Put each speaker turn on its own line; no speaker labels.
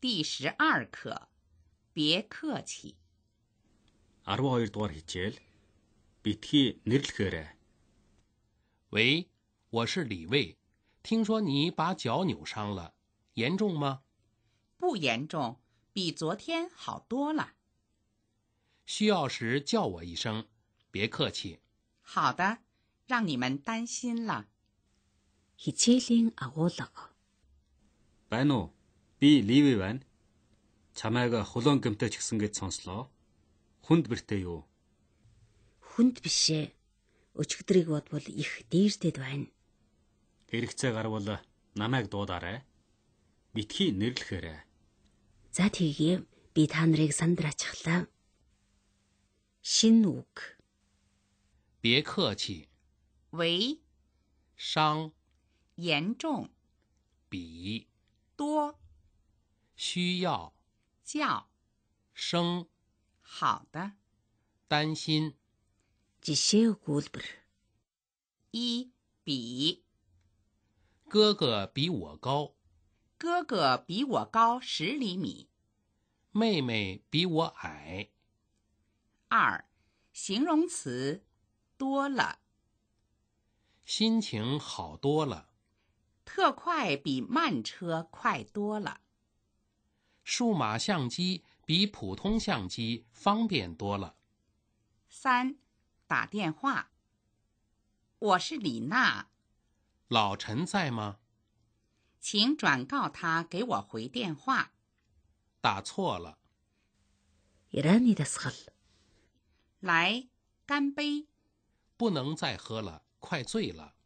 第十二课，别客气，
12 дугаар хичээл битгий нэрлэхээрэй.
喂，我是李卫，听说你把脚扭伤了，严重吗？
不严重，比昨天好多了。
需要时叫我一声，别客气。
好的，让你们担心了。
Хичээлийн агуулга.
Байна уу? Би Ливи байна. Чамайг хулон гэмтэй ч гэсэн гэж сонслоо. Хүнд бэртэй юу?
Хүнд бишээ. Өчигдрийг бодвол их дээртэд байна.
Хэрэгцээ гарвал намайг дуудаарай. Битгий нэрлэхээрэй.
За тэгье. Би та нарыг санд ачглаа. Шин үг.
别客气，
为
伤
严重
比
多
需要
叫
生
好的，
担心。
Жишээ өгүүлбэр.
一比
哥哥比我高，
哥哥比我高十厘米。
妹妹比我矮。
二，形容词多了，
心情好多了，
特快比慢车快多了。
数码相机比普通相机方便多了。
三，打电话。我是李娜，
老陈在吗？
请转告他给我回电话。
打错了，
Ираны дасгал.
来，干杯！
不能再喝了，快醉了。